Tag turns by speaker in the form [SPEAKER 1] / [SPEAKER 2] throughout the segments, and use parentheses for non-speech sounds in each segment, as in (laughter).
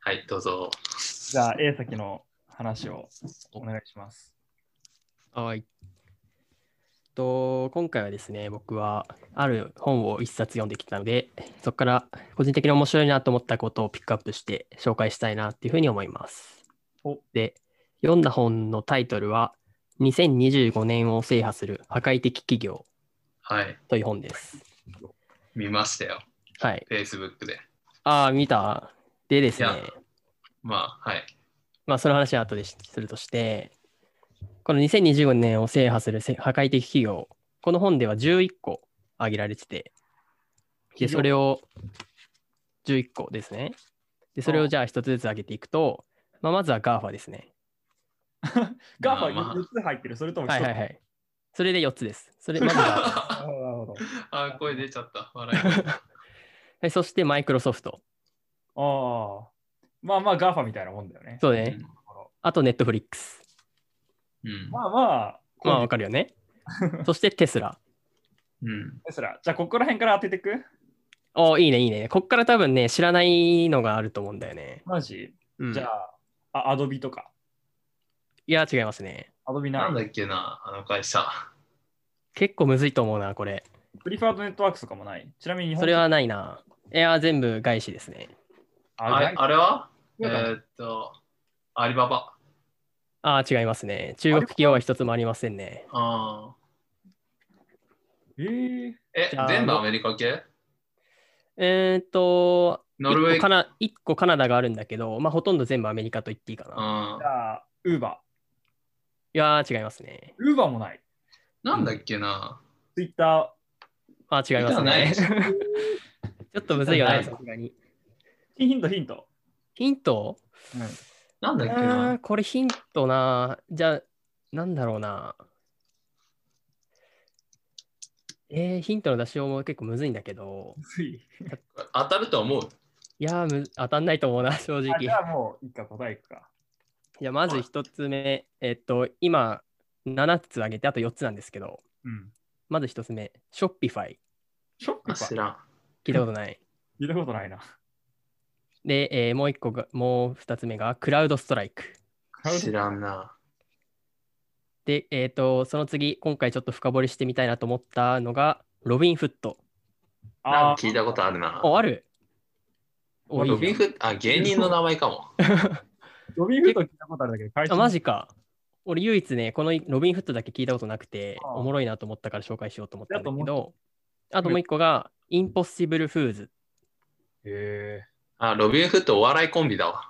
[SPEAKER 1] はい、どうぞ。
[SPEAKER 2] じゃあ A 先の話をお願いします。
[SPEAKER 3] はい。と今回はですね、僕はある本を一冊読んできたので、そこから個人的に面白いなと思ったことをピックアップして紹介したいなっていうふうに思います
[SPEAKER 2] お。
[SPEAKER 3] で、読んだ本のタイトルは、2025年を制覇する破壊的企業
[SPEAKER 1] はい、
[SPEAKER 3] という本です。
[SPEAKER 1] 見ましたよ、
[SPEAKER 3] はい。
[SPEAKER 1] Facebook で。
[SPEAKER 3] ああ、見た。でです
[SPEAKER 1] い
[SPEAKER 3] ね
[SPEAKER 1] や、まあ、はい。
[SPEAKER 3] まあ、その話は後でするとして、この2025年を制覇するせ破壊的企業、この本では11個挙げられてて、で、
[SPEAKER 2] 企業
[SPEAKER 3] それを11個ですね。で、それをじゃあ一つずつ挙げていくと、まあ、まずは GAFA ですね。
[SPEAKER 2] ガーフ
[SPEAKER 1] まあまあ
[SPEAKER 2] ァ4つ入ってる、それとも
[SPEAKER 3] はいはい
[SPEAKER 2] 1
[SPEAKER 3] はい。それで4つです。
[SPEAKER 2] (laughs)
[SPEAKER 3] それまず
[SPEAKER 2] つ。
[SPEAKER 3] は (laughs)
[SPEAKER 2] なるほどなるほど。
[SPEAKER 1] あ、声出ちゃった。笑い声。
[SPEAKER 3] はいそしてマイクロソフト。
[SPEAKER 2] ああ。まあまあガーファみたいなもんだよね。
[SPEAKER 3] そうね。あと Netflix。
[SPEAKER 1] うん。
[SPEAKER 2] まあまあ、
[SPEAKER 3] まあわかるよ
[SPEAKER 2] (laughs)
[SPEAKER 3] ね。そしてテスラ。
[SPEAKER 1] うん。
[SPEAKER 2] テスラじゃあここら辺から当ててく
[SPEAKER 3] おーいいねいいね。こっから多分ね、知らないのがあると思うんだよね。
[SPEAKER 2] マジ、
[SPEAKER 3] うん、
[SPEAKER 2] じゃあ、あアドビとか。
[SPEAKER 3] いや、違いますね。
[SPEAKER 2] アドビな
[SPEAKER 1] ないんだっけな、あの会社。
[SPEAKER 3] 結構むずいと思うな、これ。
[SPEAKER 2] プリファードネットワークスとかもない。ちなみに日本
[SPEAKER 3] それはないな。エア全部外資ですね。
[SPEAKER 2] あ
[SPEAKER 1] あれあれはえ
[SPEAKER 2] 外
[SPEAKER 1] ーっと、アリババ。
[SPEAKER 3] ああ、違いますね。中国企業は一つもありませんね。
[SPEAKER 1] あ
[SPEAKER 2] えー、
[SPEAKER 1] ーえ
[SPEAKER 3] じゃ、あ
[SPEAKER 1] 全部アメリカ系
[SPEAKER 3] えーっと、
[SPEAKER 1] ノルウェ
[SPEAKER 3] 1個
[SPEAKER 1] ー
[SPEAKER 3] カナ一個カナダがあるんだけど、まあ、ほとんど全部アメリカと言っていいかな。い
[SPEAKER 1] うん
[SPEAKER 2] じ。ゃあ、ウーバ
[SPEAKER 3] やー、違いますね。
[SPEAKER 2] ー。ウーバーもない。
[SPEAKER 1] なんだっけな。
[SPEAKER 2] ツイッタ
[SPEAKER 3] あー、違いますね。
[SPEAKER 1] じゃ
[SPEAKER 3] (laughs) ちょっとむずいよ
[SPEAKER 1] じゃあない
[SPEAKER 3] ね、さすがに。
[SPEAKER 2] ー。ヒントヒント。
[SPEAKER 3] ヒント
[SPEAKER 2] うん、
[SPEAKER 1] なんだっけ
[SPEAKER 3] あ
[SPEAKER 1] な
[SPEAKER 3] ー。これヒントな。じゃあ、なんだろうな。えー、ヒントの出しようも結構むずいんだけど、
[SPEAKER 2] つい。
[SPEAKER 1] 当たると思う。
[SPEAKER 3] いやーむ当たんないと思うな、正直
[SPEAKER 2] あ。じゃあもう、一回答えいくか。
[SPEAKER 3] じゃあまず一つ目、えっと、今、7つ挙げて、あと4つなんですけど、
[SPEAKER 2] うん。
[SPEAKER 3] まず一つ目、ショッピファイ。
[SPEAKER 2] ショック
[SPEAKER 1] あ
[SPEAKER 2] か
[SPEAKER 1] 知。らん。
[SPEAKER 3] 聞いたことない。
[SPEAKER 2] 聞いたことないな。
[SPEAKER 3] で、えーもう一個が、もう二つ目が、クラウドストライク。
[SPEAKER 2] 買う
[SPEAKER 1] 知らんな。
[SPEAKER 3] で、えっ、と、その次、今回ちょっと深掘りしてみたいなと思ったのが、ロビンフット。
[SPEAKER 1] な
[SPEAKER 2] あ
[SPEAKER 1] んか聞いたことあるな。
[SPEAKER 3] お、あるお、い
[SPEAKER 1] ロ
[SPEAKER 3] いじ
[SPEAKER 1] ビ
[SPEAKER 3] ゃ
[SPEAKER 1] ン
[SPEAKER 3] ん
[SPEAKER 1] フット、あ、芸人の名前かも。
[SPEAKER 2] ロビンフット聞いたことあるんだけど、会社
[SPEAKER 3] あ、マジか。俺、唯一ね、このロビンフットだけ聞いたことなくて、
[SPEAKER 2] ああ
[SPEAKER 3] おもろいなと思ったから紹介しようと思ったんだ
[SPEAKER 2] だ
[SPEAKER 3] け
[SPEAKER 2] と
[SPEAKER 3] ど、あともう一個が、インポッシブルフーズ。
[SPEAKER 2] へ
[SPEAKER 1] あ、ロビンフットお笑いコンビだわ。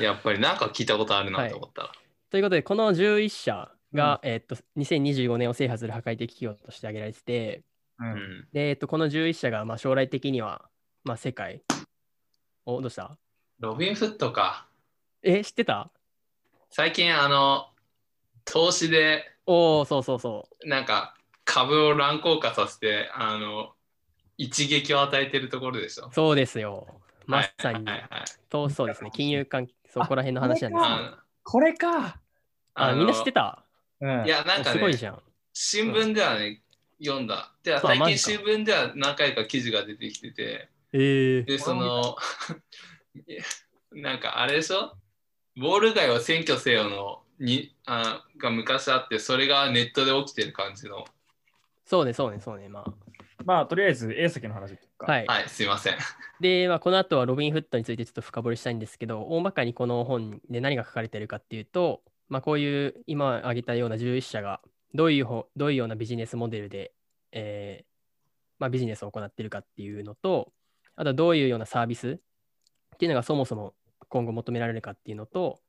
[SPEAKER 1] やっぱりなんか聞いたことあるなと思ったら。
[SPEAKER 3] ということで、この11社が、えっと2025年を制覇する破壊的企業として挙げられてて、
[SPEAKER 2] え。うん。
[SPEAKER 1] う
[SPEAKER 3] でえっとこの11社がまあ将来的には、まあ、世界。お、どうした
[SPEAKER 1] ん、ロビンフットか。
[SPEAKER 3] え、知ってた
[SPEAKER 1] 最近あの、投資で
[SPEAKER 3] おお、そうそうそ
[SPEAKER 1] なんか株を乱高下させて、あの、一撃を与えてるところでしょ
[SPEAKER 3] う。。そうですよ。まさに、
[SPEAKER 1] はいはいはい。
[SPEAKER 3] とそうですね、金融関係、そこら辺の話なんですけど。あ
[SPEAKER 1] あ
[SPEAKER 2] これか。
[SPEAKER 1] の
[SPEAKER 3] みんな知ってた
[SPEAKER 2] うん
[SPEAKER 1] いや、なん
[SPEAKER 3] お
[SPEAKER 1] か
[SPEAKER 3] すごい
[SPEAKER 1] ね、
[SPEAKER 3] じゃん。
[SPEAKER 1] 新聞ではね、読んだ。では
[SPEAKER 3] そう
[SPEAKER 1] 最
[SPEAKER 3] マ
[SPEAKER 1] 近
[SPEAKER 3] ジ
[SPEAKER 1] 新
[SPEAKER 3] か
[SPEAKER 1] 聞では何回か記事が出てきてて、
[SPEAKER 3] ええ
[SPEAKER 1] で、その、いや (laughs) なんかあれでしょボール街を選挙せよのにあが昔あって、それがネットで起きてる感じの。
[SPEAKER 3] そうね、そうね、そうね。ま
[SPEAKER 2] まあ、とりあえず A 先の話いく
[SPEAKER 3] あ、
[SPEAKER 2] か。。
[SPEAKER 3] はいい。
[SPEAKER 1] はい、すいません。
[SPEAKER 3] で、まあ、この後はロビン・フットについてちょっと深掘りしたいんですけど、大まかにこの本で何が書かれてるかっていうと、まあ、こういう今挙げたような11社がどういうほどういうようなビジネスモデルで、えーまあ、ビジネスを行ってるかっていうのと、あとはどういうようなサービスっていうのがそもそも今後求められるかっていうのと、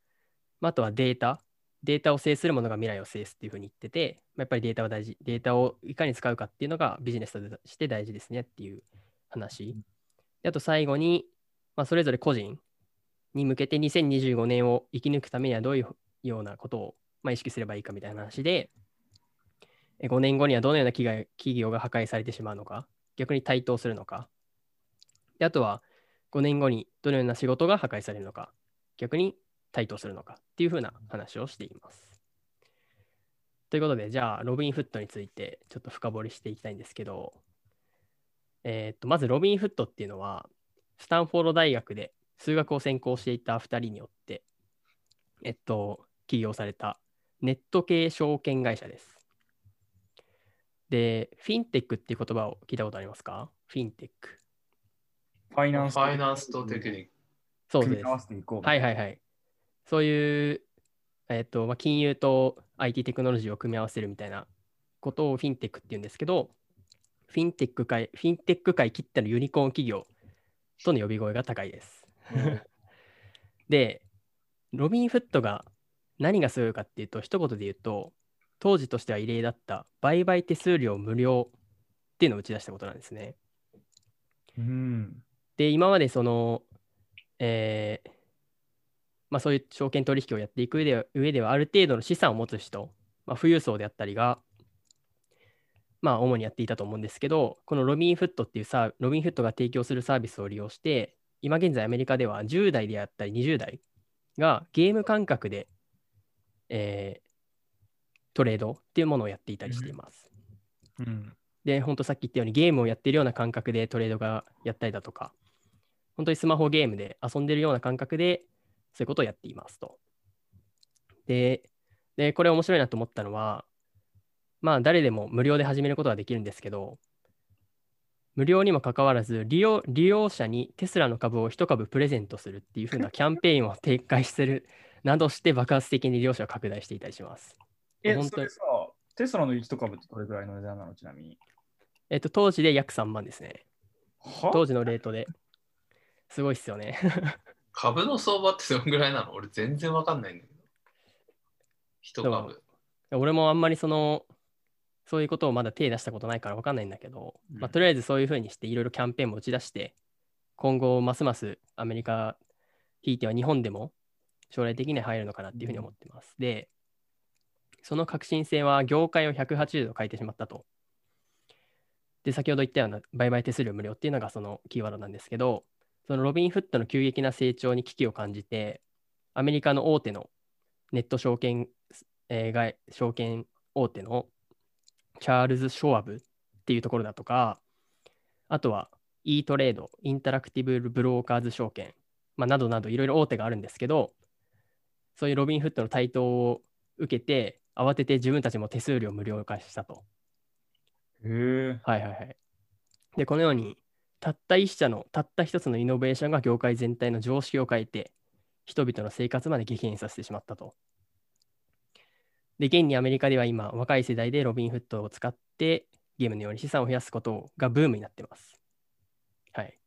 [SPEAKER 3] まあ、あとはデータ。データを制するものが未来を制すっていうふうに言ってて、まあ、やっぱりデータは大事、データをいかに使うかっていうのがビジネスとして大事ですねっていう話。であと最後に、まあ、それぞれ個人に向けて2025年を生き抜くためにはどういうようなことを、まあ、意識すればいいかみたいな話で、え5年後にはどのような企業企業が破壊されてしまうのか、逆に対等するのか、であとは5年後にどのような仕事が破壊されるのか、逆に対等するのかっていうふうな話をしています。ということで、じゃあ、ロビンフットについてちょっと深掘りしていきたいんですけど、えーっとまずロビンフットっていうのは、スタンフォード大学で数学を専攻していた2人によって、えっと、起業されたネット系証券会社です。で、フィンテックっていう言葉を聞いたことありますかフィンテック。
[SPEAKER 2] ファイ
[SPEAKER 1] フ
[SPEAKER 2] ナンス。
[SPEAKER 1] ァイナンスとテクニック。
[SPEAKER 3] そう
[SPEAKER 4] 組み
[SPEAKER 3] です
[SPEAKER 4] 合。わせていこう。
[SPEAKER 3] はいはいはい。そういう、えっとまあ、金融と IT テクノロジーを組み合わせるみたいなことをフィンテックって言うんですけど、フィンテック界、フィンテック界きってのユニコーン企業との呼び声が高いです。 (laughs) で、ロビン・フットが何がすごいかっていうと、一言で言うと、当時としては異例だった売買手数料無料っていうのを打ち出したことなんですね。
[SPEAKER 2] うん。
[SPEAKER 3] で、今までその、えーまあ、そういう証券取引をやっていく上では上ではある程度の資産を持つ人、まあ、富裕層であったりが、まあ、主にやっていたと思うんですけど、このロビンフットっていうサーロビンフットが提供するサービスを利用して、今現在アメリカでは10代であったり20代がゲーム感覚で、えートレードっていうものをやっていたりしています。
[SPEAKER 2] うん。
[SPEAKER 3] で、本当さっき言ったようにゲームをやってるような感覚でトレードがやったりだとか、本当にスマホゲームで遊んでるような感覚で、そういうことをやっていますと。で、でこれ面白いなと思ったのは、まあ誰でも無料で始めることができるんですけど、無料にもかかわらず利用、利用者にテスラの株を1株プレゼントするっていう風なキャンペーンを展開するなどして爆発的に利用者を拡大していたりします。
[SPEAKER 2] え、
[SPEAKER 3] 本
[SPEAKER 2] そ
[SPEAKER 3] 当に
[SPEAKER 2] れさ、テスラの1株ってどれぐらいの値段なのちなみに。
[SPEAKER 3] えっと、当時で約3万ですね。
[SPEAKER 2] は
[SPEAKER 3] 当時のレートで。すごいっすよね。 (laughs)
[SPEAKER 1] 株の相場ってどのぐらいなの俺全然わかんないんだけど。一
[SPEAKER 3] でも
[SPEAKER 1] 株。
[SPEAKER 3] 俺もあんまりその、そういうことをまだ手出したことないから分かんないんだけど、
[SPEAKER 1] うん
[SPEAKER 3] まあ、とりあえずそういうふうにしていろいろキャンペーンも打ち出して、今後ますますアメリカ、ひいては日本でも将来的には入るのかなっていうふうに思ってます。で、その革新性は業界を180度変えてしまったと。で、先ほど言ったような売買手数料無料っていうのがそのキーワードなんですけど、そのロビンフットの急激な成長に危機を感じて、アメリカの大手のネット証券、えーが証券大手のチャールズ・ショアブっていうところだとか、あとは e トレード、インタラクティブブローカーズ証券、まあ、などなどいろいろ大手があるんですけど、そういうロビンフットの台頭を受けて、慌てて自分たちも手数料無料化したと。
[SPEAKER 2] へえ。
[SPEAKER 3] はいはいはい。で、このように、たった一社の、たった一つのイノベーションが業界全体の常識を変えて、人々の生活まで激変させてしまったと。で、現にアメリカでは今、若い世代でロビンフットを使って、ゲームのように資産を増やすことがブームになってます。はい。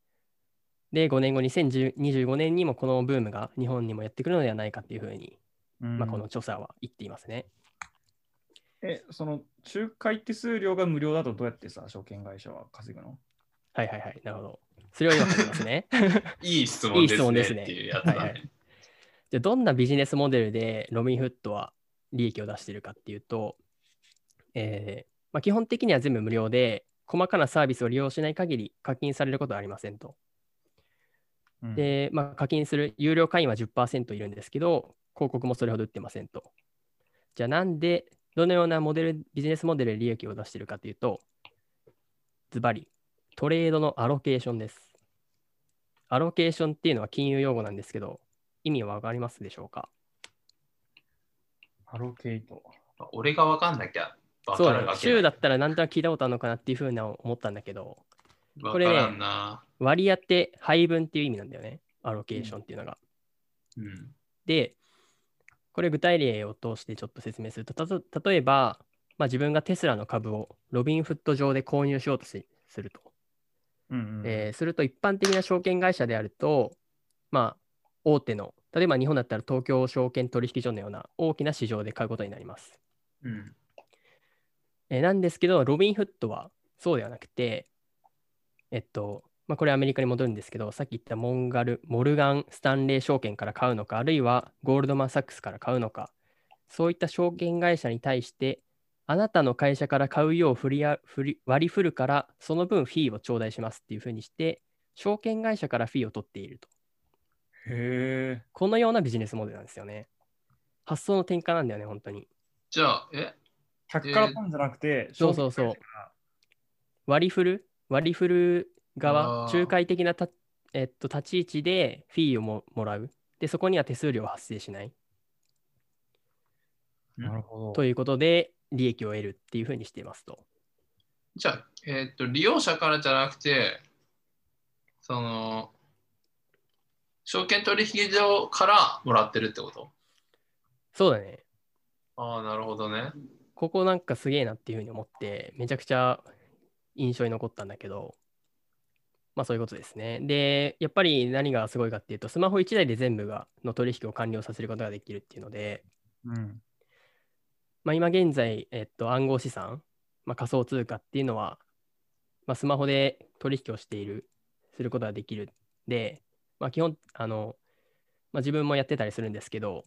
[SPEAKER 3] で、5年後、2025年にもこのブームが日本にもやってくるのではないかというふうに、
[SPEAKER 2] ま
[SPEAKER 3] まあ、この調査は言っていますね。
[SPEAKER 2] え、その仲介手数料が無料だとどうやってさ、証券会社は稼ぐの
[SPEAKER 3] はいはいはい。なるほど。それを今始めますね。
[SPEAKER 1] いい質問
[SPEAKER 3] いい質問
[SPEAKER 1] で
[SPEAKER 3] ですす
[SPEAKER 1] ね
[SPEAKER 3] ね
[SPEAKER 1] っていうやつだね。
[SPEAKER 3] はいはじゃあどんなビジネスモデルでロビンフットは利益を出しているかっていうと、えーまあ、基本的には全部無料で、細かなサービスを利用しない限り課金されることはありませんと。
[SPEAKER 2] うん、
[SPEAKER 3] で、まあ、課金する有料会員は10%いるんですけど、広告もそれほど売ってませんと。じゃあなんで、どのようなモデル、ビジネスモデルで利益を出しているかというと、ズバリ、トレードのアロケーションです。アロケーションっていうのは金融用語なんですけど、意味はわかりますでしょうか
[SPEAKER 2] アロケイト。
[SPEAKER 1] 俺がわかんなきゃわか
[SPEAKER 3] そうだ
[SPEAKER 1] らん
[SPEAKER 3] ね
[SPEAKER 1] わ。け
[SPEAKER 3] 週
[SPEAKER 1] な
[SPEAKER 3] だ
[SPEAKER 1] い。
[SPEAKER 3] ったらなんとなく聞いたことあるのかなっていうふうな思ったんだけど、
[SPEAKER 1] わ
[SPEAKER 3] こ
[SPEAKER 1] か
[SPEAKER 3] れね
[SPEAKER 1] らんな。
[SPEAKER 3] 割り当て、配分っていう意味なんだよね。アロケーションっていうのが。
[SPEAKER 1] うん。
[SPEAKER 3] で、これ具体例を通してちょっと説明すると、たと例えば、まあ、自分がテスラの株をロビンフット上で購入しようとしすると。
[SPEAKER 2] うんうん。
[SPEAKER 3] えーすると一般的な証券会社であると、まあ、大手の、例えば日本だったら東京証券取引所のような大きな市場で買うことになります。
[SPEAKER 1] うん。
[SPEAKER 3] えーなんですけど、ロビンフットはそうではなくて、えっと、まあ、これアメリカに戻るんですけど、さっき言ったモンガル、モルガン・スタンレー証券から買うのか、あるいはゴールドマン・サックスから買うのか、そういった証券会社に対して、あなたの会社から買うよう振りあ振り割り振るから、その分フィーを頂戴しますっていうふうにして、証券会社からフィーを取っていると。
[SPEAKER 2] へえ。
[SPEAKER 3] このようなビジネスモデルなんですよね。発想の転換なんだよね、本当に。
[SPEAKER 1] じゃあ、え
[SPEAKER 2] 100からポンじゃなくて、
[SPEAKER 3] そうそうそう
[SPEAKER 2] 証券会社が
[SPEAKER 3] 割り振る割り振る側
[SPEAKER 1] あー
[SPEAKER 3] 仲介的なたえっと、立ち位置でフィーをももらう。で、そこには手数料は発生しない。
[SPEAKER 2] なるほ
[SPEAKER 3] と
[SPEAKER 2] ど。
[SPEAKER 3] いうことで、利益を得るっていうふうにしていますと。
[SPEAKER 1] じゃあ、えーっと、利用者からじゃなくて、その、証券取引所からもらってるってこと
[SPEAKER 3] そうだね。
[SPEAKER 1] ああ、なるほどね。
[SPEAKER 3] ここなんかすげえなっていうふうに思って、めちゃくちゃ印象に残ったんだけど、まあそういうことですね。で、やっぱり何がすごいかっていうと、スマホ1台で全部がの取引を完了させることができるっていうので、
[SPEAKER 2] うん。
[SPEAKER 3] まあ、今現在、えっと、暗号資産、まあ、仮想通貨っていうのは、まあ、スマホで取引をしている、することができる。で、まあ、基本、あの、まあ、自分もやってたりするんですけど、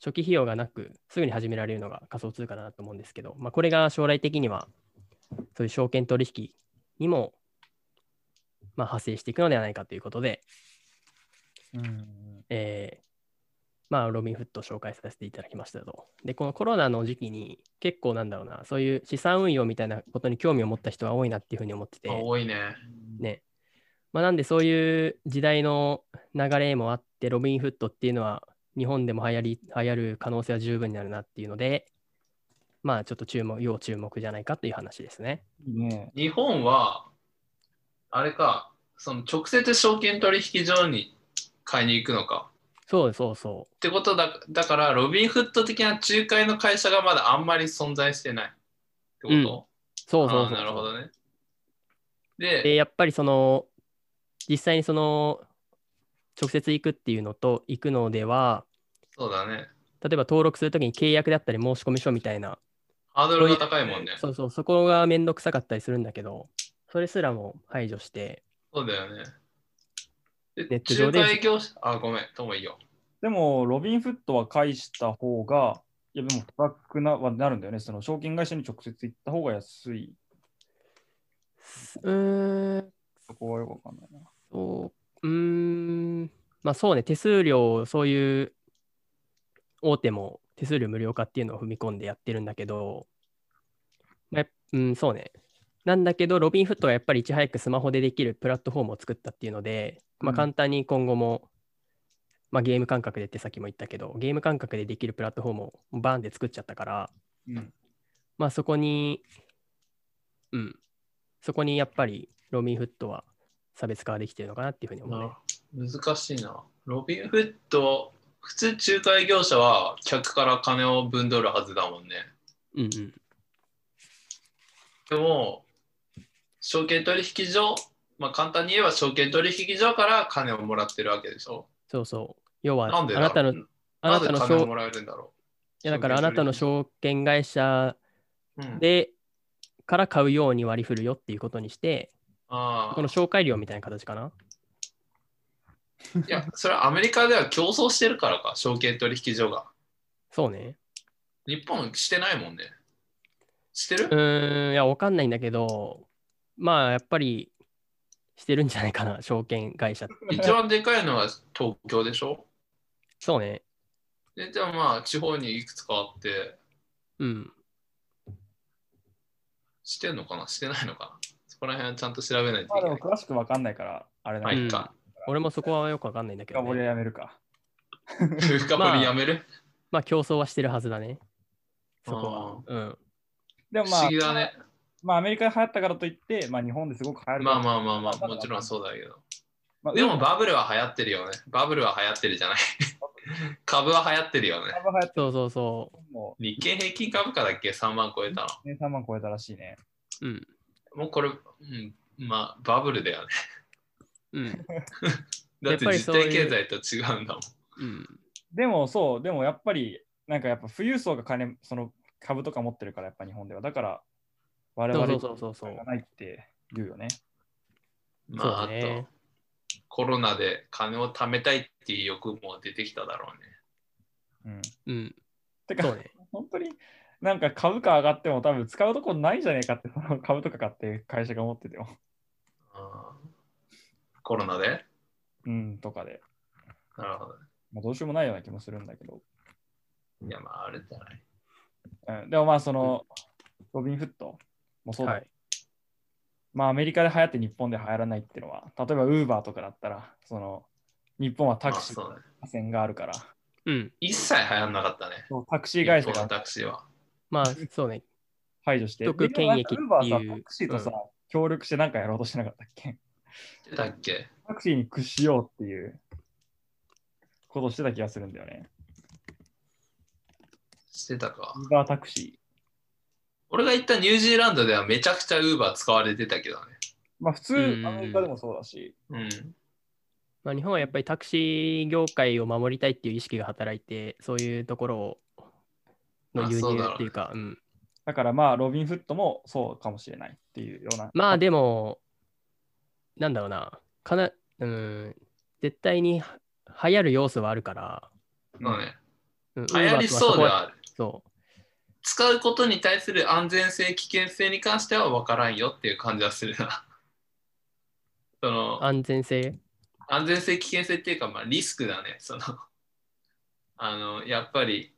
[SPEAKER 3] 初期費用がなく、すぐに始められるのが仮想通貨だなと思うんですけど、まあ、これが将来的には、そういう証券取引にも、まあ、派生していくのではないかということで、
[SPEAKER 2] うん。
[SPEAKER 3] えーまあ、ロビンフットを紹介させていただきましたと。で、このコロナの時期に結構なんだろうな、そういう資産運用みたいなことに興味を持った人は多いなっていうふうに思ってて、
[SPEAKER 1] あ多いね。
[SPEAKER 3] ね。まあ、なんでそういう時代の流れもあって、ロビンフットっていうのは日本でも流行り、流行る可能性は十分になるなっていうので、まあちょっと注目、要注目じゃないかという話ですね。
[SPEAKER 2] いいね。
[SPEAKER 1] 日本は、あれか、その直接証券取引所に買いに行くのか。
[SPEAKER 3] そうそうそ
[SPEAKER 1] ってことだだから、ロビンフット的な仲介の会社がまだあんまり存在してない。ってこと、
[SPEAKER 3] う。そうそうそう
[SPEAKER 1] あーなるほどね。で、
[SPEAKER 3] でやっぱりその実際にその直接行くっていうのと行くのでは
[SPEAKER 1] そうだね。
[SPEAKER 3] 例えば登録するときに契約だったり申し込み書みたいな
[SPEAKER 1] ハードルが高いもんね。
[SPEAKER 3] そうそうそこがめんどくさかったりするんだけどそれすらも排除して
[SPEAKER 1] そうだよね。
[SPEAKER 3] ネ
[SPEAKER 1] で
[SPEAKER 3] ット上で
[SPEAKER 1] 仲介業者、あ、ごめん、ともいいよ。
[SPEAKER 2] でも、ロビンフットは返した方が、いやでも高くなはなるんだよね。その証券会社に直接行った方が安い。
[SPEAKER 3] すうーん
[SPEAKER 2] そこはよくわかんないな。
[SPEAKER 3] そううーんまあそうね手数料そういう大手も手数料無料化っていうのを踏み込んでやってるんだけど、まあやっうん、そうね。なんだけど、ロビンフットがやっぱりいち早くスマホでできるプラットフォームを作ったっていうので、
[SPEAKER 2] う
[SPEAKER 3] まあ、
[SPEAKER 2] ん
[SPEAKER 3] 簡単に今後も、まあ、ゲーム感覚でってさっきも言ったけど、ゲーム感覚でできるプラットフォームをバーンで作っちゃったから、
[SPEAKER 2] うん
[SPEAKER 3] まあそこに、うん、そこにやっぱりロビンフットは差別化ができてるのかなっていうふうに思うね。
[SPEAKER 1] あ難しいな。ロビンフット、普通仲介業者は客から金を分取るはずだもんね。
[SPEAKER 3] うんうん。
[SPEAKER 1] でも、証券取引所、まあ簡単に言えば証券取引所から金をもらってるわけでしょ。
[SPEAKER 3] そうそう。要は、
[SPEAKER 1] な
[SPEAKER 3] あ
[SPEAKER 1] んでだ
[SPEAKER 3] なた
[SPEAKER 1] ろ
[SPEAKER 3] の
[SPEAKER 1] う、
[SPEAKER 3] あ
[SPEAKER 1] な
[SPEAKER 3] な
[SPEAKER 1] ぜ
[SPEAKER 3] たの
[SPEAKER 1] 金を
[SPEAKER 3] 証
[SPEAKER 1] もらえるんだろ
[SPEAKER 3] いやだからあなたの証券会社
[SPEAKER 1] う。うん、
[SPEAKER 3] でから買うように割り振るよっていうことにして、
[SPEAKER 1] あ
[SPEAKER 3] こ
[SPEAKER 1] あ
[SPEAKER 3] の紹介料みたいな形かな。
[SPEAKER 1] いや、それはアメリカでは競争してるからか、証券取引所が。
[SPEAKER 3] そうね。
[SPEAKER 1] 日本してないもんね。して
[SPEAKER 3] う
[SPEAKER 1] る
[SPEAKER 3] ーん、いや、わかんないんだけど、まあ、やっぱりしてるんじゃないかな、証券会社。
[SPEAKER 1] 一番でかいのは東京でしょ (laughs)
[SPEAKER 3] そうね。
[SPEAKER 1] で、じゃあまあ、地方にいくつかあって、
[SPEAKER 3] うん。
[SPEAKER 1] してんのかなしてないのかなそこら辺はちゃんと調べないと
[SPEAKER 2] ま
[SPEAKER 1] い
[SPEAKER 2] あ
[SPEAKER 1] け
[SPEAKER 2] で
[SPEAKER 1] な
[SPEAKER 2] も
[SPEAKER 1] い。
[SPEAKER 2] 詳しくわかんないから、あれだ
[SPEAKER 1] まあ、
[SPEAKER 2] ね。
[SPEAKER 1] いいか。
[SPEAKER 3] 俺もそこはよくわかんないんだけど、
[SPEAKER 2] 深掘り
[SPEAKER 3] ね、
[SPEAKER 2] はやめるか。
[SPEAKER 1] (laughs) 深掘りやめる、
[SPEAKER 3] まあ、競争はしてるはずだね。そこは。うん。
[SPEAKER 2] でも
[SPEAKER 1] 不
[SPEAKER 2] ま
[SPEAKER 1] 思
[SPEAKER 2] あ、
[SPEAKER 1] 議だね。
[SPEAKER 2] まあアメリカで流行ったからといって、まあ日本ですごく流行るか
[SPEAKER 1] ま
[SPEAKER 2] ら。
[SPEAKER 1] あまあまあまあ、もちろんそうだけど。
[SPEAKER 2] まあ
[SPEAKER 1] でもバブルは流行ってるよね。バブルは流行ってるじゃない。 (laughs) 株は流行ってるよね。
[SPEAKER 2] 株流行って
[SPEAKER 3] そうそうそ
[SPEAKER 2] も
[SPEAKER 1] 日経平均株価だっけ ?3 万超えた
[SPEAKER 2] う、ね、3万超えたらしいね。
[SPEAKER 3] う。うん。
[SPEAKER 1] の。もうこれ、うん、まあ、バブルだよね。
[SPEAKER 3] うん。
[SPEAKER 1] だって
[SPEAKER 3] やっぱ
[SPEAKER 1] 実
[SPEAKER 3] りそういう
[SPEAKER 1] 体経済と違うんだもん。
[SPEAKER 3] うん。
[SPEAKER 2] でもそう、でもやっぱり、なんかやっぱ富裕層が金、その株とか持ってるから、やっぱ日本では。だから、我
[SPEAKER 3] そ
[SPEAKER 2] 々
[SPEAKER 3] うそうそうそうそう
[SPEAKER 2] が。ないって言うよね。
[SPEAKER 1] まあ、
[SPEAKER 3] そう
[SPEAKER 1] あ
[SPEAKER 3] ね
[SPEAKER 1] と、コロナで金を貯めたいっていう欲も出てきただろうね。
[SPEAKER 2] うん。
[SPEAKER 3] うん。
[SPEAKER 2] て
[SPEAKER 3] そう
[SPEAKER 2] か、
[SPEAKER 3] ね。
[SPEAKER 2] 本当になんか株価上がっても多分使うとこないじゃねえかって、そ (laughs) の株とか買って会社が持ってても。
[SPEAKER 1] あーコロナで
[SPEAKER 2] うん、とかで。
[SPEAKER 1] なるほど。
[SPEAKER 2] まあ、どうしようもないような気もするんだけど。
[SPEAKER 1] いや、まあ、あれじゃない。
[SPEAKER 2] うん、でもまあ、その、ロビンフットもそうだ、
[SPEAKER 3] はい。
[SPEAKER 2] まあ、アメリカで流行って日本で流行らないっていうのは、例えば Uber とかだったら、その、日本はタクシー
[SPEAKER 1] まあそうだね
[SPEAKER 2] 車線があるから、
[SPEAKER 3] うん。
[SPEAKER 1] 一切流行んなかったね。
[SPEAKER 2] そうタクシー会社
[SPEAKER 1] 日本
[SPEAKER 2] が
[SPEAKER 1] のタクシーは。
[SPEAKER 3] まあ、そうね。
[SPEAKER 2] 排除して、
[SPEAKER 3] 既得権益っていう
[SPEAKER 2] でもなんか Uber さタクシーとさ、
[SPEAKER 3] う
[SPEAKER 2] 協力してなんかやろうとしてなかったっけ
[SPEAKER 1] 出たっけ
[SPEAKER 2] タクシーに屈しようっていうことしてた気がするんだよね。
[SPEAKER 1] してたか。
[SPEAKER 2] Uber タクシ
[SPEAKER 1] 俺が行ったニュージーランドではめちゃくちゃ Uber 使われてたけどね。
[SPEAKER 2] ー。まあ普通、
[SPEAKER 3] うん
[SPEAKER 2] アメリカでもそうだし、
[SPEAKER 1] うん。
[SPEAKER 3] まあ、日本はやっぱりタクシー業界を守りたいっていう意識が働いて、そういうところをの
[SPEAKER 1] あ
[SPEAKER 3] 輸
[SPEAKER 1] そう
[SPEAKER 3] 入
[SPEAKER 1] だろうね
[SPEAKER 3] っていうか、うん。
[SPEAKER 2] だからまあロビンフットもそうかもしれないっていうような。
[SPEAKER 3] まあでも、なんだろうな、かな、うん、絶対に流行る要素はあるから、
[SPEAKER 1] そうね。
[SPEAKER 3] うん、
[SPEAKER 1] 流行りそうで
[SPEAKER 3] Uber と
[SPEAKER 1] はある。
[SPEAKER 3] そこは。そう。
[SPEAKER 1] 使うことに対する安全性、危険性に関しては分からんよっていう感じはするな。 (laughs) その
[SPEAKER 3] 安全性。
[SPEAKER 1] 安全性、危険性っていうか、まあ、リスクだね。 (laughs) そのあのやっぱり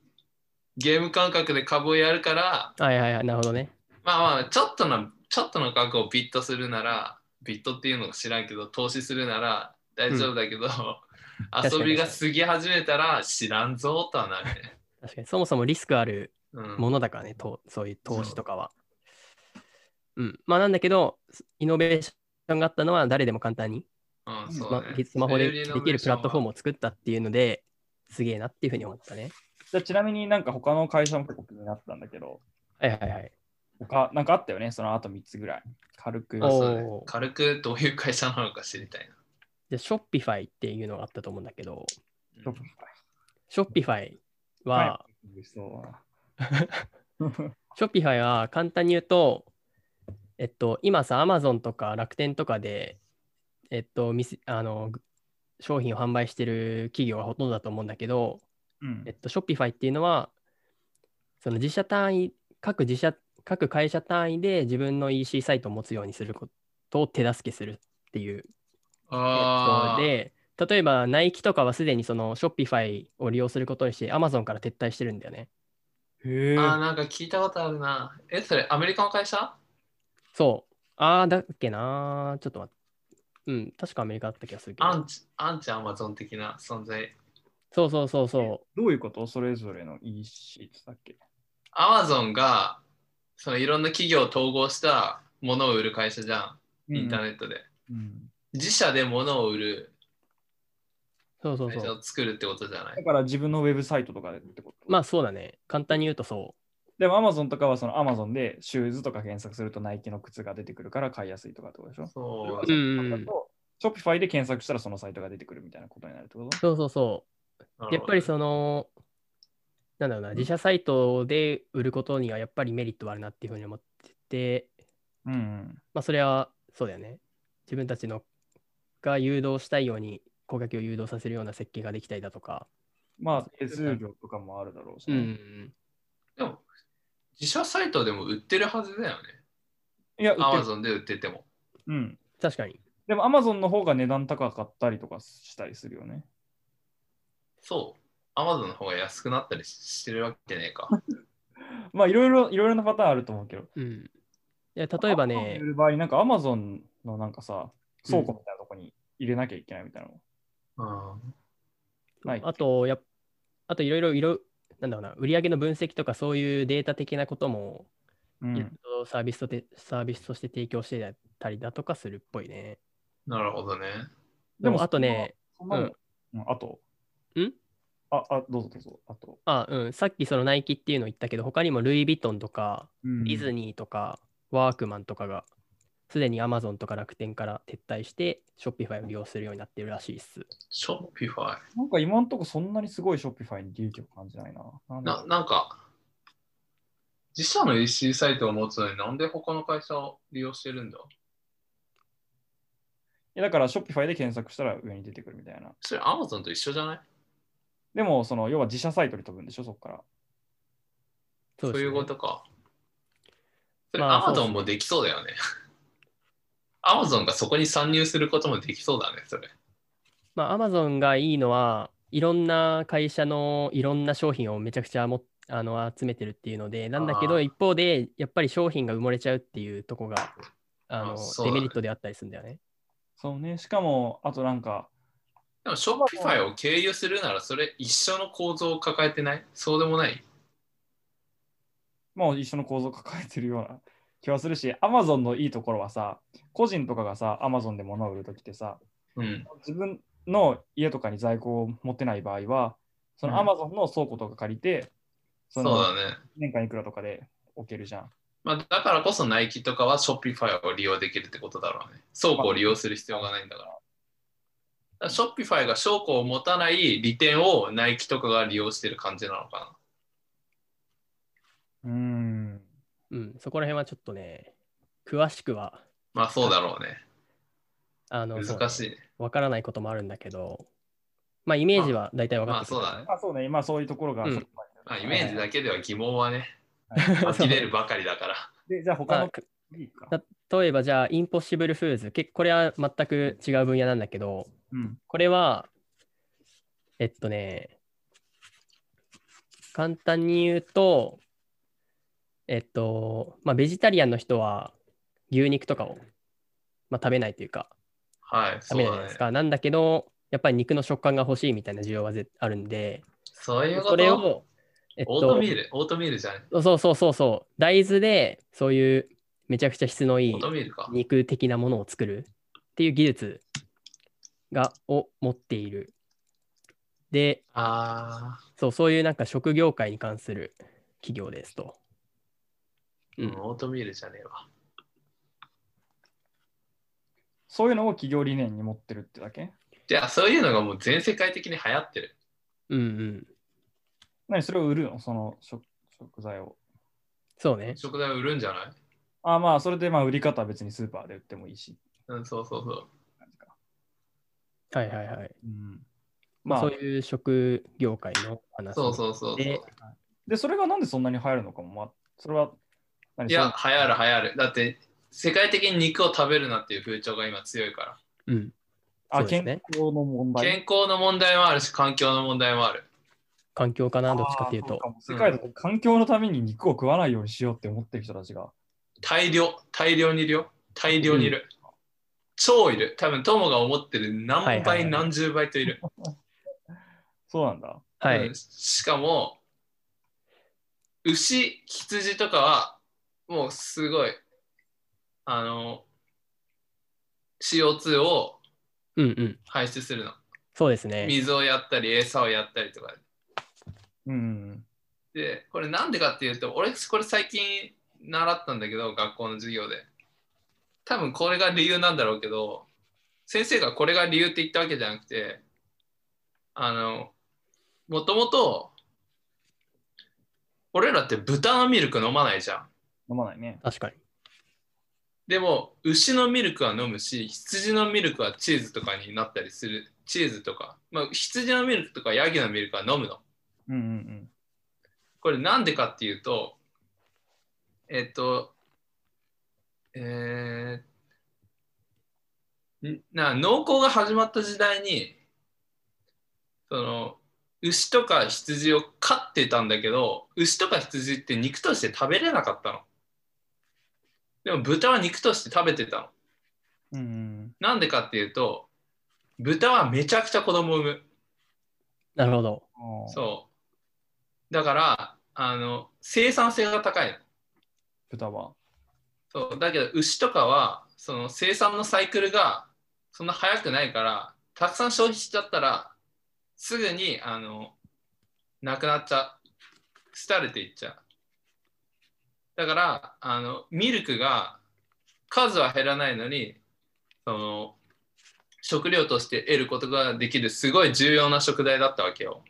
[SPEAKER 1] ゲーム感覚で株をやるから、
[SPEAKER 3] はいはいはい、なるほどね。
[SPEAKER 1] まあまあ、ちょっとの、ちょっとの額をビットするなら、ビットっていうのが知らんけど、投資するなら大丈夫だけど、
[SPEAKER 3] 確かに
[SPEAKER 1] (laughs) 遊びが過ぎ始めたら知らんぞとはなるね。
[SPEAKER 3] 確かに、そもそもリスクある
[SPEAKER 1] うん
[SPEAKER 3] ものだからね、とそういう投資とかは。うん。まあなんだけど、イノベーションがあったのは誰でも簡単に
[SPEAKER 1] うん
[SPEAKER 3] ス
[SPEAKER 1] そう
[SPEAKER 3] マ
[SPEAKER 1] ね
[SPEAKER 3] スマホでできるプラットフォ
[SPEAKER 1] ム。
[SPEAKER 3] ームを作ったっていうので、すげえなっていうふうに思ったね。
[SPEAKER 2] じゃあちなみになんか他の会社も結構気になったんだけど、
[SPEAKER 3] はいはいはい。他
[SPEAKER 2] 他なんかあったよね、そのあと3つぐらい。軽く。
[SPEAKER 1] まあそうね
[SPEAKER 3] おー
[SPEAKER 1] 軽くどういう会社なのか知りたいな。
[SPEAKER 3] じゃあ、ショッピファイっていうのがあったと思うんだけど、
[SPEAKER 1] うん
[SPEAKER 3] ショッピファイは、
[SPEAKER 2] そうだな
[SPEAKER 3] ショッピファイは簡単に言うと、えっと、今さ、アマゾンとか楽天とかで、えっと、店あの、商品を販売してる企業がほとんどだと思うんだけど、
[SPEAKER 2] うん
[SPEAKER 3] えっと、ショッピファイっていうのは、その自社単位、各自社、各会社単位で自分の EC サイトを持つようにすることを手助けするっていう
[SPEAKER 1] あー
[SPEAKER 3] で、例えばナイキとかはすでにそのショッピファイを利用することにして、アマゾンから撤退してるんだよね。
[SPEAKER 2] へえ。
[SPEAKER 1] あー、なんか聞いたことあるな。え、それアメリカの会社
[SPEAKER 3] そう。あーだっけなーちょっと待って。うん、確かアメリカだった気がするけ
[SPEAKER 1] ア
[SPEAKER 3] ど
[SPEAKER 1] ン。チ、アンチアマゾン的な存在。
[SPEAKER 3] そうそうそうそ
[SPEAKER 2] どういうことそれぞれの EC ってだっけ
[SPEAKER 1] アマゾンがそのいろんな企業を統合したものを売る会社じゃん、インターネットで。
[SPEAKER 2] うん
[SPEAKER 1] 自社で物を売る
[SPEAKER 3] う。そうそう
[SPEAKER 1] 会
[SPEAKER 3] そ
[SPEAKER 1] 社
[SPEAKER 3] う。
[SPEAKER 1] を作るってことじゃない
[SPEAKER 2] だ。から自分のウェブサイトとかでってこと
[SPEAKER 3] まあそうだね。簡単に言うとそ
[SPEAKER 2] でも Amazon とかはその Amazon でシューズとか検索するとナイキの靴が出てくるから買いやすいとかってことでしょ
[SPEAKER 1] そう
[SPEAKER 3] う。うんうんう
[SPEAKER 2] だ
[SPEAKER 3] ん。
[SPEAKER 2] と、ショッピファイで検索したらそのサイトが出てくるみたいなことになるってこと
[SPEAKER 3] そうそうそう。
[SPEAKER 1] なるほど
[SPEAKER 3] やっぱりその、なんだろうな、自社サイトで売ることにはやっぱりメリットはあるなっていうふうに思ってて、
[SPEAKER 2] うんうん。
[SPEAKER 3] まあそれはそうだよね。自分たちのが誘導したいように顧客を誘導させるような設計ができたりだとか。
[SPEAKER 2] まあ、手数料とかもあるだろうし
[SPEAKER 3] う
[SPEAKER 2] ね、
[SPEAKER 3] ん。
[SPEAKER 1] でも自社サイトでも売ってるはずだよね。
[SPEAKER 2] いや、売ってる
[SPEAKER 1] アマゾンで売ってても。
[SPEAKER 2] うん。
[SPEAKER 3] 確かに。
[SPEAKER 2] でも Amazon の方が値段高かったりとかしたりするよね。
[SPEAKER 1] そう。アマゾンの方が安くなったりしてるわけねえ
[SPEAKER 3] (laughs)
[SPEAKER 1] か。
[SPEAKER 2] まあ、いろいろ、いろいろなパターンあると思うけど。
[SPEAKER 3] うん。いや例えば
[SPEAKER 2] Amazon で
[SPEAKER 3] ね
[SPEAKER 2] 売、る場合、なんか Amazon のなんかさ、倉庫みたいなとこに入れなきゃいけないみたいなの。
[SPEAKER 1] うん
[SPEAKER 2] はい
[SPEAKER 3] あとやっ、あといろいろ、いろ、なんだろうな、売上の分析とかそういうデータ的なことも、
[SPEAKER 2] うん
[SPEAKER 3] いろいろサービスとてサービスとして提供してたりだとかするっぽいね。
[SPEAKER 1] なるほどね。
[SPEAKER 2] で
[SPEAKER 3] で
[SPEAKER 2] も
[SPEAKER 3] も、あとね、
[SPEAKER 2] そんなのうんあと。
[SPEAKER 3] ん
[SPEAKER 2] あ、あ、どうぞどうぞ。あと。
[SPEAKER 3] あ、うん、さっきそのナイキっていうの言ったけど、他にもルイ・ヴィトンとか、
[SPEAKER 2] デ
[SPEAKER 3] ディズニーとか、ワークマンとかが、すでにアマゾンとか楽天から撤退して、ショッピファイを利用するようになってるらしいっす。
[SPEAKER 1] ショッピファイ。
[SPEAKER 2] なんか今んとこそんなにすごいショッピファイに利益を感じないな。なんだろ
[SPEAKER 1] ななんか、自社の EC サイトを持つのになんで他の会社を利用してるんだ
[SPEAKER 2] ういやだからショッピファイで検索したら上に出てくるみたいな。
[SPEAKER 1] それ Amazon と一緒じゃない
[SPEAKER 2] でも、その要は自社サイトに飛ぶんでしょ、そこから。
[SPEAKER 1] そ,、
[SPEAKER 3] そううですね
[SPEAKER 1] いうことか。それ
[SPEAKER 3] まあ
[SPEAKER 1] Amazon もできそうだよね。Amazon がそこに参入することもできそうだね、それ。
[SPEAKER 3] まあ、アマゾンがいいのは、いろんな会社のいろんな商品をめちゃくちゃもあの集めてるっていうので、なんだけ
[SPEAKER 1] あ
[SPEAKER 3] ど、
[SPEAKER 1] ー
[SPEAKER 3] 一方で、やっぱり商品が埋もれちゃうっていうとこがあ
[SPEAKER 1] あ
[SPEAKER 3] の
[SPEAKER 1] そう
[SPEAKER 3] デ
[SPEAKER 1] だね
[SPEAKER 3] メリットであったりするんだよね。
[SPEAKER 2] そうね、しかも、あとなんか、
[SPEAKER 1] でも、ショッピファイを経由するなら、それ一緒の構造を抱えてないそうでもない
[SPEAKER 2] もう一緒の構造を抱えてるような気はするし、Amazon のいいところはさ、個人とかがさ、Amazon で物を売るときってさ、
[SPEAKER 1] うん。
[SPEAKER 2] 自分の家とかに在庫を持ってない場合は、その
[SPEAKER 1] うん
[SPEAKER 2] Amazon の倉庫とか借りて、
[SPEAKER 1] そ
[SPEAKER 2] そうの
[SPEAKER 1] だね。
[SPEAKER 2] 年間いくらとかで置けるじゃん。
[SPEAKER 1] まあ、だからこそナイキとかはショッピファイを利用できるってことだろうね。倉庫を利用する必要がないんだから。だからショッピファイが倉庫を持たない利点をナイキとかが利用してる感じなのか
[SPEAKER 2] うーん。
[SPEAKER 3] うん、そこら辺はちょっとね、詳しくは、
[SPEAKER 1] な。まあそうだろうね。
[SPEAKER 3] あの、そうね
[SPEAKER 1] 難しいね。
[SPEAKER 3] わからないこともあるんだけど、まあ、イメージは大体わか
[SPEAKER 1] ま
[SPEAKER 3] っ
[SPEAKER 1] あ
[SPEAKER 3] てく
[SPEAKER 1] そう
[SPEAKER 3] る。
[SPEAKER 1] だね。
[SPEAKER 2] まあそうね、今そういうところが、
[SPEAKER 3] うん
[SPEAKER 2] それま
[SPEAKER 1] まあ、イメージだけでは疑問はね、
[SPEAKER 2] はい
[SPEAKER 1] 湧き出るばかりだから。
[SPEAKER 2] で、じゃあ他
[SPEAKER 3] ま
[SPEAKER 2] の
[SPEAKER 3] あ、
[SPEAKER 2] いいか。
[SPEAKER 3] 例えばじゃあ、インポッシブルフーズ、けこれは全く違う分野なんだけど、
[SPEAKER 2] うん。
[SPEAKER 3] これは、えっとね、簡単に言うと、えっと、まあ、ベジタリアンの人は牛肉とかを、まあ、食べないというか、
[SPEAKER 1] はい、
[SPEAKER 3] 食
[SPEAKER 1] そう
[SPEAKER 3] べないじ
[SPEAKER 1] だ
[SPEAKER 3] ゃないで
[SPEAKER 1] ね
[SPEAKER 3] す。か。なんだけど、やっぱり肉の食感が欲しいみたいな需要はぜあるんで、
[SPEAKER 1] そういうこ
[SPEAKER 3] それ
[SPEAKER 1] と
[SPEAKER 3] を、えっ
[SPEAKER 1] オートミール、オートミールじゃない。
[SPEAKER 3] そうそうそうそう。大豆でそういうめちゃくちゃ質のい
[SPEAKER 1] オー
[SPEAKER 3] い
[SPEAKER 1] トミールか。
[SPEAKER 3] 肉的なものを作るっていう技術がを持っている。で、
[SPEAKER 1] あ
[SPEAKER 3] そうそういうなんか食業界に関する企業ですと。
[SPEAKER 1] ー、う
[SPEAKER 3] う
[SPEAKER 1] んん、オートミールじゃねえわ。
[SPEAKER 2] そういうのを企業理念に持ってるってだけ
[SPEAKER 1] じゃあ、そういうのがもう全世界的に流行ってる。
[SPEAKER 3] うんうん。
[SPEAKER 2] 何それを売るのその食食材を。
[SPEAKER 3] そうね。
[SPEAKER 1] 食材を売るんじゃない
[SPEAKER 2] あまあ、それでまあ売り方は別にスーパーで売ってもいいし。
[SPEAKER 1] うん、そうそうそう。
[SPEAKER 2] 感じか
[SPEAKER 3] はいはいはい。
[SPEAKER 2] うん、
[SPEAKER 3] ま
[SPEAKER 2] ま
[SPEAKER 3] あ、
[SPEAKER 2] あ
[SPEAKER 3] そういう食業界の話。
[SPEAKER 1] そうそうそうそう。
[SPEAKER 3] で
[SPEAKER 1] い
[SPEAKER 2] で、それがなんでそんなに流行るのかも、まあ、それは何
[SPEAKER 1] や、流行る流行る。だって、世界的に肉を食べるなっていう風潮が今強いか
[SPEAKER 3] うん。
[SPEAKER 2] あ、
[SPEAKER 3] そうです
[SPEAKER 2] 健
[SPEAKER 3] ね
[SPEAKER 2] 康の問
[SPEAKER 1] ら。
[SPEAKER 2] 題。
[SPEAKER 1] 健康の問題もあるし、環境の問題もある。
[SPEAKER 3] 環境かな、どっちかっていう
[SPEAKER 2] あーそ
[SPEAKER 3] と。
[SPEAKER 2] かも世界だと環境のために肉を食わないようにしようって思ってる人たちが。
[SPEAKER 1] 大量、大量にいるよ。大量にいる。超いる。多分、友が思ってる
[SPEAKER 3] はい
[SPEAKER 1] 何
[SPEAKER 3] はいはい
[SPEAKER 1] 倍、何十倍といる。
[SPEAKER 2] そうなんだ。
[SPEAKER 3] (laughs) は
[SPEAKER 1] う
[SPEAKER 3] い
[SPEAKER 1] ん。しかも牛羊とかはもうすごいあの CO2 を
[SPEAKER 3] うんうん。
[SPEAKER 1] 排出するの
[SPEAKER 3] そうですね。
[SPEAKER 1] 水をやったり餌をやったりとか
[SPEAKER 2] うん。
[SPEAKER 1] でこれなんでかっていうと俺これ最近習ったんだけど学校の授業で多分これが理由なんだろうけど先生がこれが理由って言ったわけじゃなくてあのもともと俺らって豚のミルク飲まないじゃん
[SPEAKER 2] 飲まないね。
[SPEAKER 3] 確かに。
[SPEAKER 1] でも牛のミルクは飲むし羊のミルクはチーズとかになったりするチーズとか、まあ、羊のミルクとかヤギのミルクは飲むの
[SPEAKER 2] うんうん
[SPEAKER 1] これなんでかっていうと、えっと、えー、んな農耕が始まった時代に、その、牛とか羊を飼ってたんだけど、牛とか羊って肉として食べれなかったの。でも豚は肉として食べてたの。
[SPEAKER 2] うん。うんうん、
[SPEAKER 1] なんでかっていうと、豚はめちゃくちゃ子供を産む。
[SPEAKER 3] なるほど。
[SPEAKER 2] あー
[SPEAKER 1] そう。だから、あの、生産性が高いの。
[SPEAKER 2] 豚は。
[SPEAKER 1] そうだけど牛とかはその生産のサイクルがそんな早くないからたくさん消費しちゃったらすぐにあのなくなっちゃう廃れていっちゃうだからあのミルクが数は減らないのにその食料として得ることができるすごい重要な食材だったわけよ、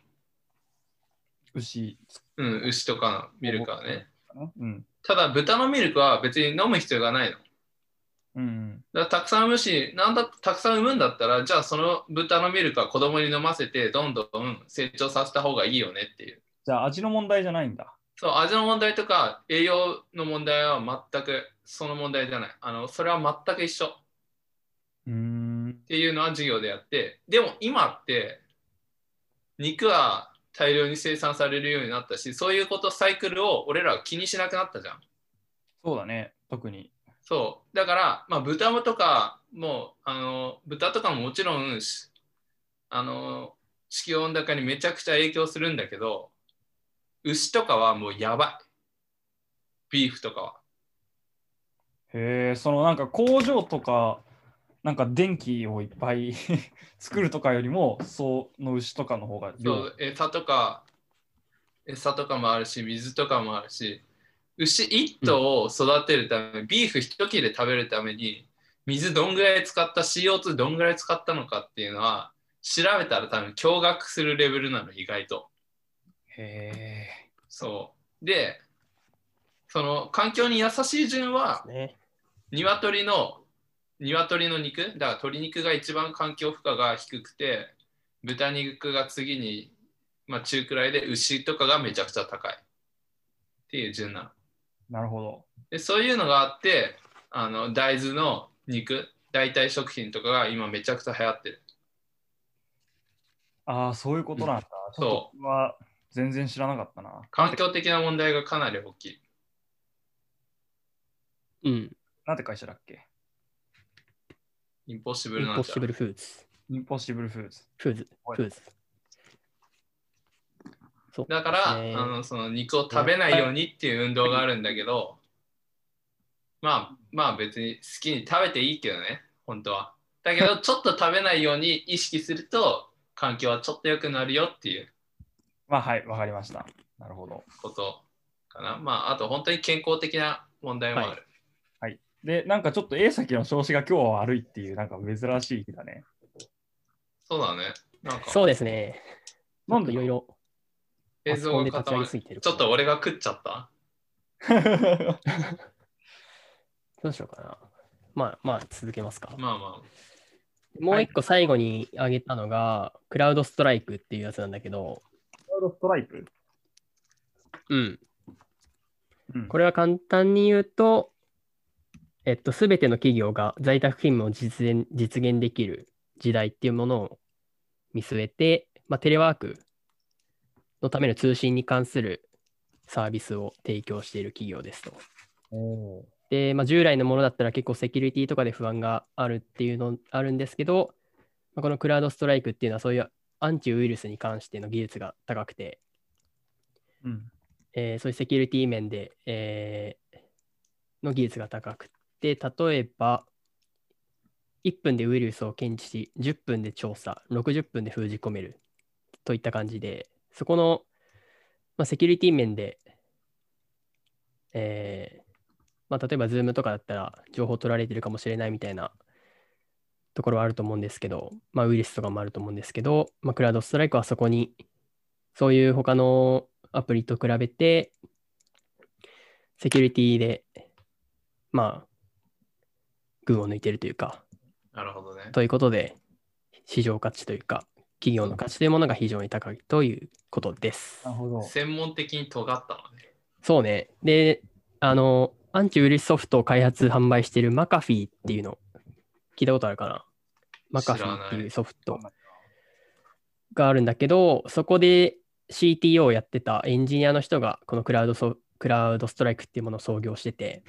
[SPEAKER 2] 牛。
[SPEAKER 1] うん、牛とかのミルクはね
[SPEAKER 2] うん。
[SPEAKER 1] ただ豚のミルクは別に飲む必要がないの
[SPEAKER 2] うんうん。
[SPEAKER 1] だからたくさん産むしなんだたくさん産むんだったらじゃあその豚のミルクは子供に飲ませてどんどん成長させた方がいいよねっていう
[SPEAKER 2] じゃあ味の問題じゃないんだ。
[SPEAKER 1] そう味の問題とか栄養の問題は全くその問題じゃないあのそれは全く一緒っ
[SPEAKER 2] うーん。
[SPEAKER 1] ていうのは授業でやってでも今って肉は大量に生産されるようになったしそういうことサイクルを俺らは気にしなくなったじゃん
[SPEAKER 2] そうだね。特に。
[SPEAKER 1] そう。だから、まあ、豚もとか、もう、あの、豚とかももちろん、しあの、地球温暖化にめちゃくちゃ影響するんだけど、牛とかはもうやばい。ビーフとかは。
[SPEAKER 2] へえ、そのなんか工場とか、なんか電気をいっぱい (laughs) 作るとかよりも、その牛とかの方が
[SPEAKER 1] そ
[SPEAKER 2] 量
[SPEAKER 1] う、餌とか、餌とかもあるし、水とかもあるし、牛1頭を育てるため、ビーフ1切れ食べるために、水どんぐらい使った CO2 どんぐらい使ったのかっていうのは調べたら多分驚愕するレベルなの意外と。
[SPEAKER 2] へえ。
[SPEAKER 1] そう。で、その環境に優しい順は、
[SPEAKER 3] ね。
[SPEAKER 1] 鶏の鶏の肉だから鶏肉が一番環境負荷が低くて豚肉が次に、まあ、中くらいで牛とかがめちゃくちゃ高いっていう順なの
[SPEAKER 2] なるほど。
[SPEAKER 1] でそういうのがあってあの大豆の肉代替食品とかが今めちゃくちゃ流行ってる
[SPEAKER 2] ああ、そういうことなんだ。ちょっと
[SPEAKER 1] そ
[SPEAKER 2] 僕は全然知らなかったな。
[SPEAKER 1] 環境的な問題がかなり大きい
[SPEAKER 3] うん。
[SPEAKER 2] なんて会社だっけ
[SPEAKER 1] インポッシブ
[SPEAKER 3] イ
[SPEAKER 1] ル
[SPEAKER 3] ン
[SPEAKER 1] な
[SPEAKER 3] ポ
[SPEAKER 1] ん
[SPEAKER 3] ッ
[SPEAKER 1] ちゃ
[SPEAKER 3] シブルフーズ。
[SPEAKER 2] インポッシブルフーズ。
[SPEAKER 3] フーズ。
[SPEAKER 2] はい
[SPEAKER 3] フーズ。そう
[SPEAKER 1] だから、
[SPEAKER 3] ですね
[SPEAKER 1] あのその肉を食べないようにっていう運動があるんだけど、まあまあ別に好きに食べていいけどね本当はだ
[SPEAKER 3] (laughs)
[SPEAKER 1] けどちょっと食べないように意識すると環境はちょっと良くなるよっていう
[SPEAKER 2] まあはい、わかりました。なるほど。
[SPEAKER 1] ことかなまああと本当に健康的な問題もある、
[SPEAKER 3] は
[SPEAKER 2] で、なんかちょっと A 先の調子が今日は悪いっていう、なんか珍しい日だね。
[SPEAKER 1] そうだねなんか
[SPEAKER 3] そうですね。
[SPEAKER 2] なんで
[SPEAKER 3] いろいろ
[SPEAKER 1] 映像が
[SPEAKER 3] で立ち
[SPEAKER 1] 固
[SPEAKER 3] 上
[SPEAKER 1] ま
[SPEAKER 3] げ
[SPEAKER 1] る
[SPEAKER 3] す
[SPEAKER 1] ち
[SPEAKER 3] ぎてる。
[SPEAKER 1] ょっと。俺が食っちゃった
[SPEAKER 3] どうしようかな。まあまあ続けますか。
[SPEAKER 1] まあまあ
[SPEAKER 3] もう一個最後に挙げたのが、クラウドストライクっていうやつなんだけど、
[SPEAKER 2] ストライプ、
[SPEAKER 3] うん。
[SPEAKER 2] うん、
[SPEAKER 3] これは簡単に言うと、えっと、すべての企業が在宅勤務を実現実現できる時代っていうものを見据えて、まあ、テレワークのための通信に関するサービスを提供している企業ですと。
[SPEAKER 2] おー
[SPEAKER 3] で、まあ、従来のものだったら結構セキュリティとかで不安があるっていうのあるんですけど、まあこのクラウドストライクっていうのはそういうアンチウイルスに関しての技術が高くて、
[SPEAKER 2] うん
[SPEAKER 3] えーそういうセキュリティ面で、えーの技術が高くて、例えば、1分でウイルスを検知し、10分で調査、60分で封じ込めるといった感じで、そこの、まあ、セキュリティ面で、えーまあ、例えば Zoom とかだったら情報取られてるかもしれないみたいなところはあると思うんですけど、まあ、ウイルスとかもあると思うんですけど、まあ、クラウドストライクはそこにそういう他のアプリと比べて、セキュリティで、まあ、群を抜いてるというか、
[SPEAKER 1] なるほどね
[SPEAKER 3] ということで、市場価値というか、企業の価値というものが非常に高いということです
[SPEAKER 2] なる。ほど。
[SPEAKER 1] 専門的に尖ったのね
[SPEAKER 3] そうね。で、あの、アンチウイルスソフトを開発、販売しているマカフィーっていうの、聞いたことあるかなマカフィーっていうソフトがあるんだけど、そこで CTO をやってたエンジニアの人が、このクラウドソクラウドストライクっていうものを創業してて、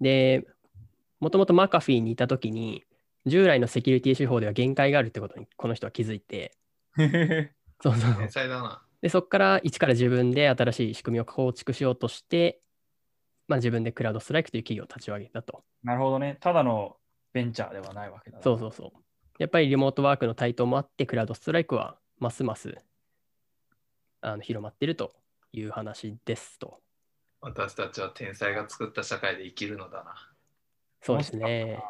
[SPEAKER 3] で、もともとマカフィーにいたときに、従来のセキュリティ手法では限界があるってことに、この人は気づいて、そうそう
[SPEAKER 1] 天才だな
[SPEAKER 3] で、そこから一から自分で新しい仕組みを構築しようとして、まあ、自分でクラウドストライクという企業を立ち上げたと。
[SPEAKER 2] (laughs) なるほどね。ただのベンチャーではないわけだな。
[SPEAKER 3] そうそうそう。やっぱりリモートワークの台頭もあって、クラウドストライクはますますあの広まってるという話ですと。
[SPEAKER 1] 私たちは天才が作った社会で生きるのだな
[SPEAKER 3] そうですね。